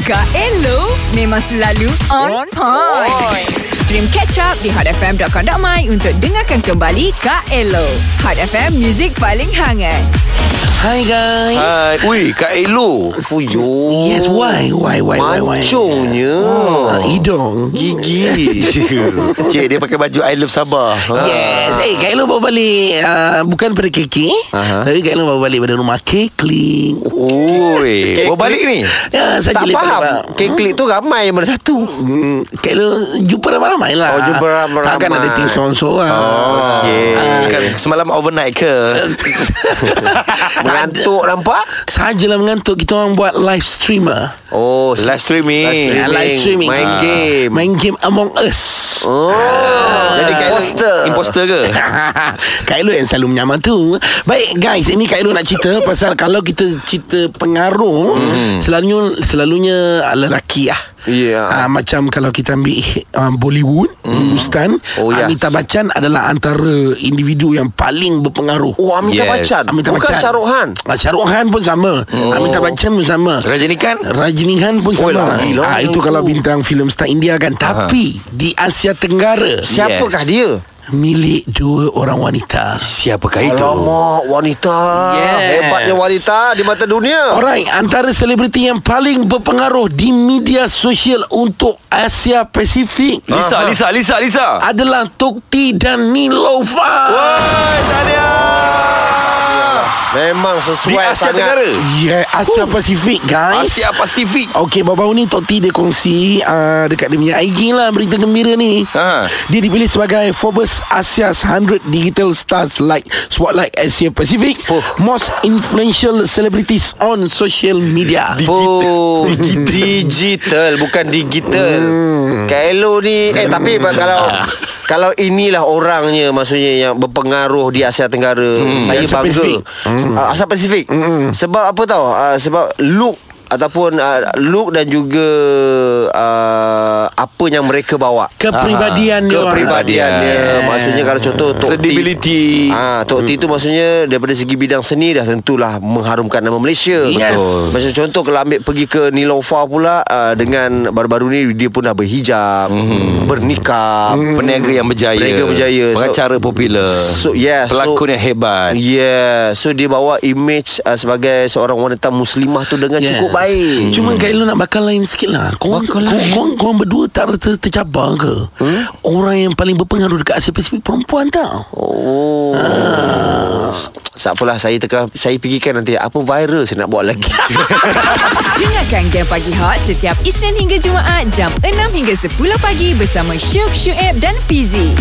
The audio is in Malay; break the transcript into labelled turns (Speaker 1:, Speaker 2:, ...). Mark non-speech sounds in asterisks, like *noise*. Speaker 1: Kak Elo memang selalu on point. Stream catch up di hotfm.com.my untuk dengarkan kembali Kak Elo. Hot FM, music paling hangat.
Speaker 2: Hi guys.
Speaker 3: Hai. Ui, Kak Elo. Fuyo.
Speaker 2: Eh? Yes, why? Why, why, why, why?
Speaker 3: Mancungnya.
Speaker 2: Ah, hidung. *laughs*
Speaker 3: Gigi. Cik, dia pakai baju I Love Sabah. Ah.
Speaker 2: Yes. Eh, Kak Elo baru balik uh, bukan pada KK,
Speaker 3: Aha.
Speaker 2: tapi Kak Elo baru balik pada rumah Kekling.
Speaker 3: Ui, bawa balik ni.
Speaker 2: Ya, saya
Speaker 3: Tak
Speaker 2: jeli pada-
Speaker 3: faham. Keklik tu ramai yang bersatu.
Speaker 2: Hmm, Kak Elo jumpa ramai-ramai lah.
Speaker 3: Oh, jumpa ramai-ramai.
Speaker 2: Takkan ada ting seorang-seorang.
Speaker 3: Okey.
Speaker 2: Ah,
Speaker 3: Kan, Semalam overnight
Speaker 2: *laughs*
Speaker 3: ke? Mengantuk nampak?
Speaker 2: Sajalah mengantuk Kita orang buat live streamer
Speaker 3: Oh, live streaming.
Speaker 2: Ah, Live streaming
Speaker 3: Main
Speaker 2: Ah.
Speaker 3: game.
Speaker 2: Main game Among Us
Speaker 3: Oh. Jadi Kak Elo
Speaker 2: Imposter.
Speaker 3: imposter
Speaker 2: *laughs*
Speaker 3: ke?
Speaker 2: Kak Elo yang selalu menyamar tu Baik guys Ini Kak Elo nak cerita Pasal kalau kita cerita pengaruh
Speaker 3: Mhm.
Speaker 2: mm. Selalunya Selalunya lelaki lah
Speaker 3: Ya.
Speaker 2: Ah, Macam kalau kita ambil um, Bollywood Hindustan
Speaker 3: Mhm. Oh, ya.
Speaker 2: Amitabh Bachchan adalah antara individu yang paling berpengaruh
Speaker 3: Oh, Amitabh
Speaker 2: Yes.
Speaker 3: Bachchan.
Speaker 2: Amitabh
Speaker 3: Bukan
Speaker 2: Bachchan.
Speaker 3: Shah Rukh Khan.
Speaker 2: Ah, Shah Rukh Khan pun sama oh. Amitabh Bachchan pun sama
Speaker 3: Rajinikan?
Speaker 2: Rajinihan pun
Speaker 3: Oh,
Speaker 2: sama
Speaker 3: lah, gila.
Speaker 2: ah, Itu kalau bintang filem star India kan Tapi Di Asia Tenggara
Speaker 3: Siapakah dia?
Speaker 2: Milik dua orang wanita
Speaker 3: Siapakah
Speaker 4: Eh,
Speaker 3: itu? Alamak, wanita.
Speaker 2: Yes.
Speaker 3: Hebatnya wanita di mata dunia.
Speaker 2: Alright Antara selebriti yang paling berpengaruh Di media sosial Untuk Asia Pasifik
Speaker 4: Lisa,
Speaker 3: Aha.
Speaker 4: Lisa, Lisa, Lisa.
Speaker 2: Adalah Tukti dan Nilofa
Speaker 3: Woi, Tania. Memang sesuai
Speaker 4: Di Asia
Speaker 3: sangat.
Speaker 4: Tenggara.
Speaker 2: Yeah Asia Pasifik guys
Speaker 4: Asia Pasifik.
Speaker 2: Okey, baru-baru ni Tok T dia kongsi uh, dekat dia punya IG lah berita gembira ni.
Speaker 4: Ha.
Speaker 2: Dia dipilih sebagai Forbes Asia's 100 Digital Stars like Spotlight Asia Pacific oh. Most Influential Celebrities on Social Media.
Speaker 3: Oh, *laughs* digital bukan digital. Hmm. Kaelo ni eh tapi kalau *laughs* kalau inilah orangnya maksudnya yang berpengaruh di Asia Tenggara. Hmm. Saya
Speaker 2: Asia
Speaker 3: Asia bangga.
Speaker 2: Pasifik.
Speaker 3: Pasifik. Hmm. Asia Pasifik. Hmm. Sebab apa tahu? Uh, sebab look ataupun uh, look dan juga uh, apa yang mereka bawa.
Speaker 2: Kepribadian dia orang.
Speaker 3: Kepribadian dia. Maksudnya kalau contoh Tok T
Speaker 4: Credibility.
Speaker 3: Ah, Tok T tu maksudnya daripada segi bidang seni dah tentulah mengharumkan nama Malaysia.
Speaker 2: Yes. Betul.
Speaker 3: Macam contoh kalau ambil pergi ke Niloufar pula uh, dengan baru-baru ni dia pun dah berhijab, mm-hmm. bernikah, mm-hmm.
Speaker 4: Peniaga Hmm. yang berjaya.
Speaker 3: Peniaga berjaya. So-
Speaker 4: Pengacara popular.
Speaker 3: So yeah, so,
Speaker 4: Pelakon yang hebat.
Speaker 3: Yeah, so dia bawa image uh, sebagai seorang wanita muslimah tu dengan yes. cukup baik.
Speaker 2: Cuma Kak Elon nak bakal lain sikit lah Korang, korang, korang, korang berdua tak ter, tercabar ke hmm? Orang yang paling berpengaruh dekat Asia Pasifik Perempuan tau
Speaker 3: Oh. Ah. Tak apalah saya teka, saya fikirkan nanti apa viral saya nak buat lagi. *laughs*
Speaker 1: Dengarkan Game Pagi Hot setiap Isnin hingga Jumaat jam 6 hingga 10 pagi bersama Syuk, Syuib dan Fizi.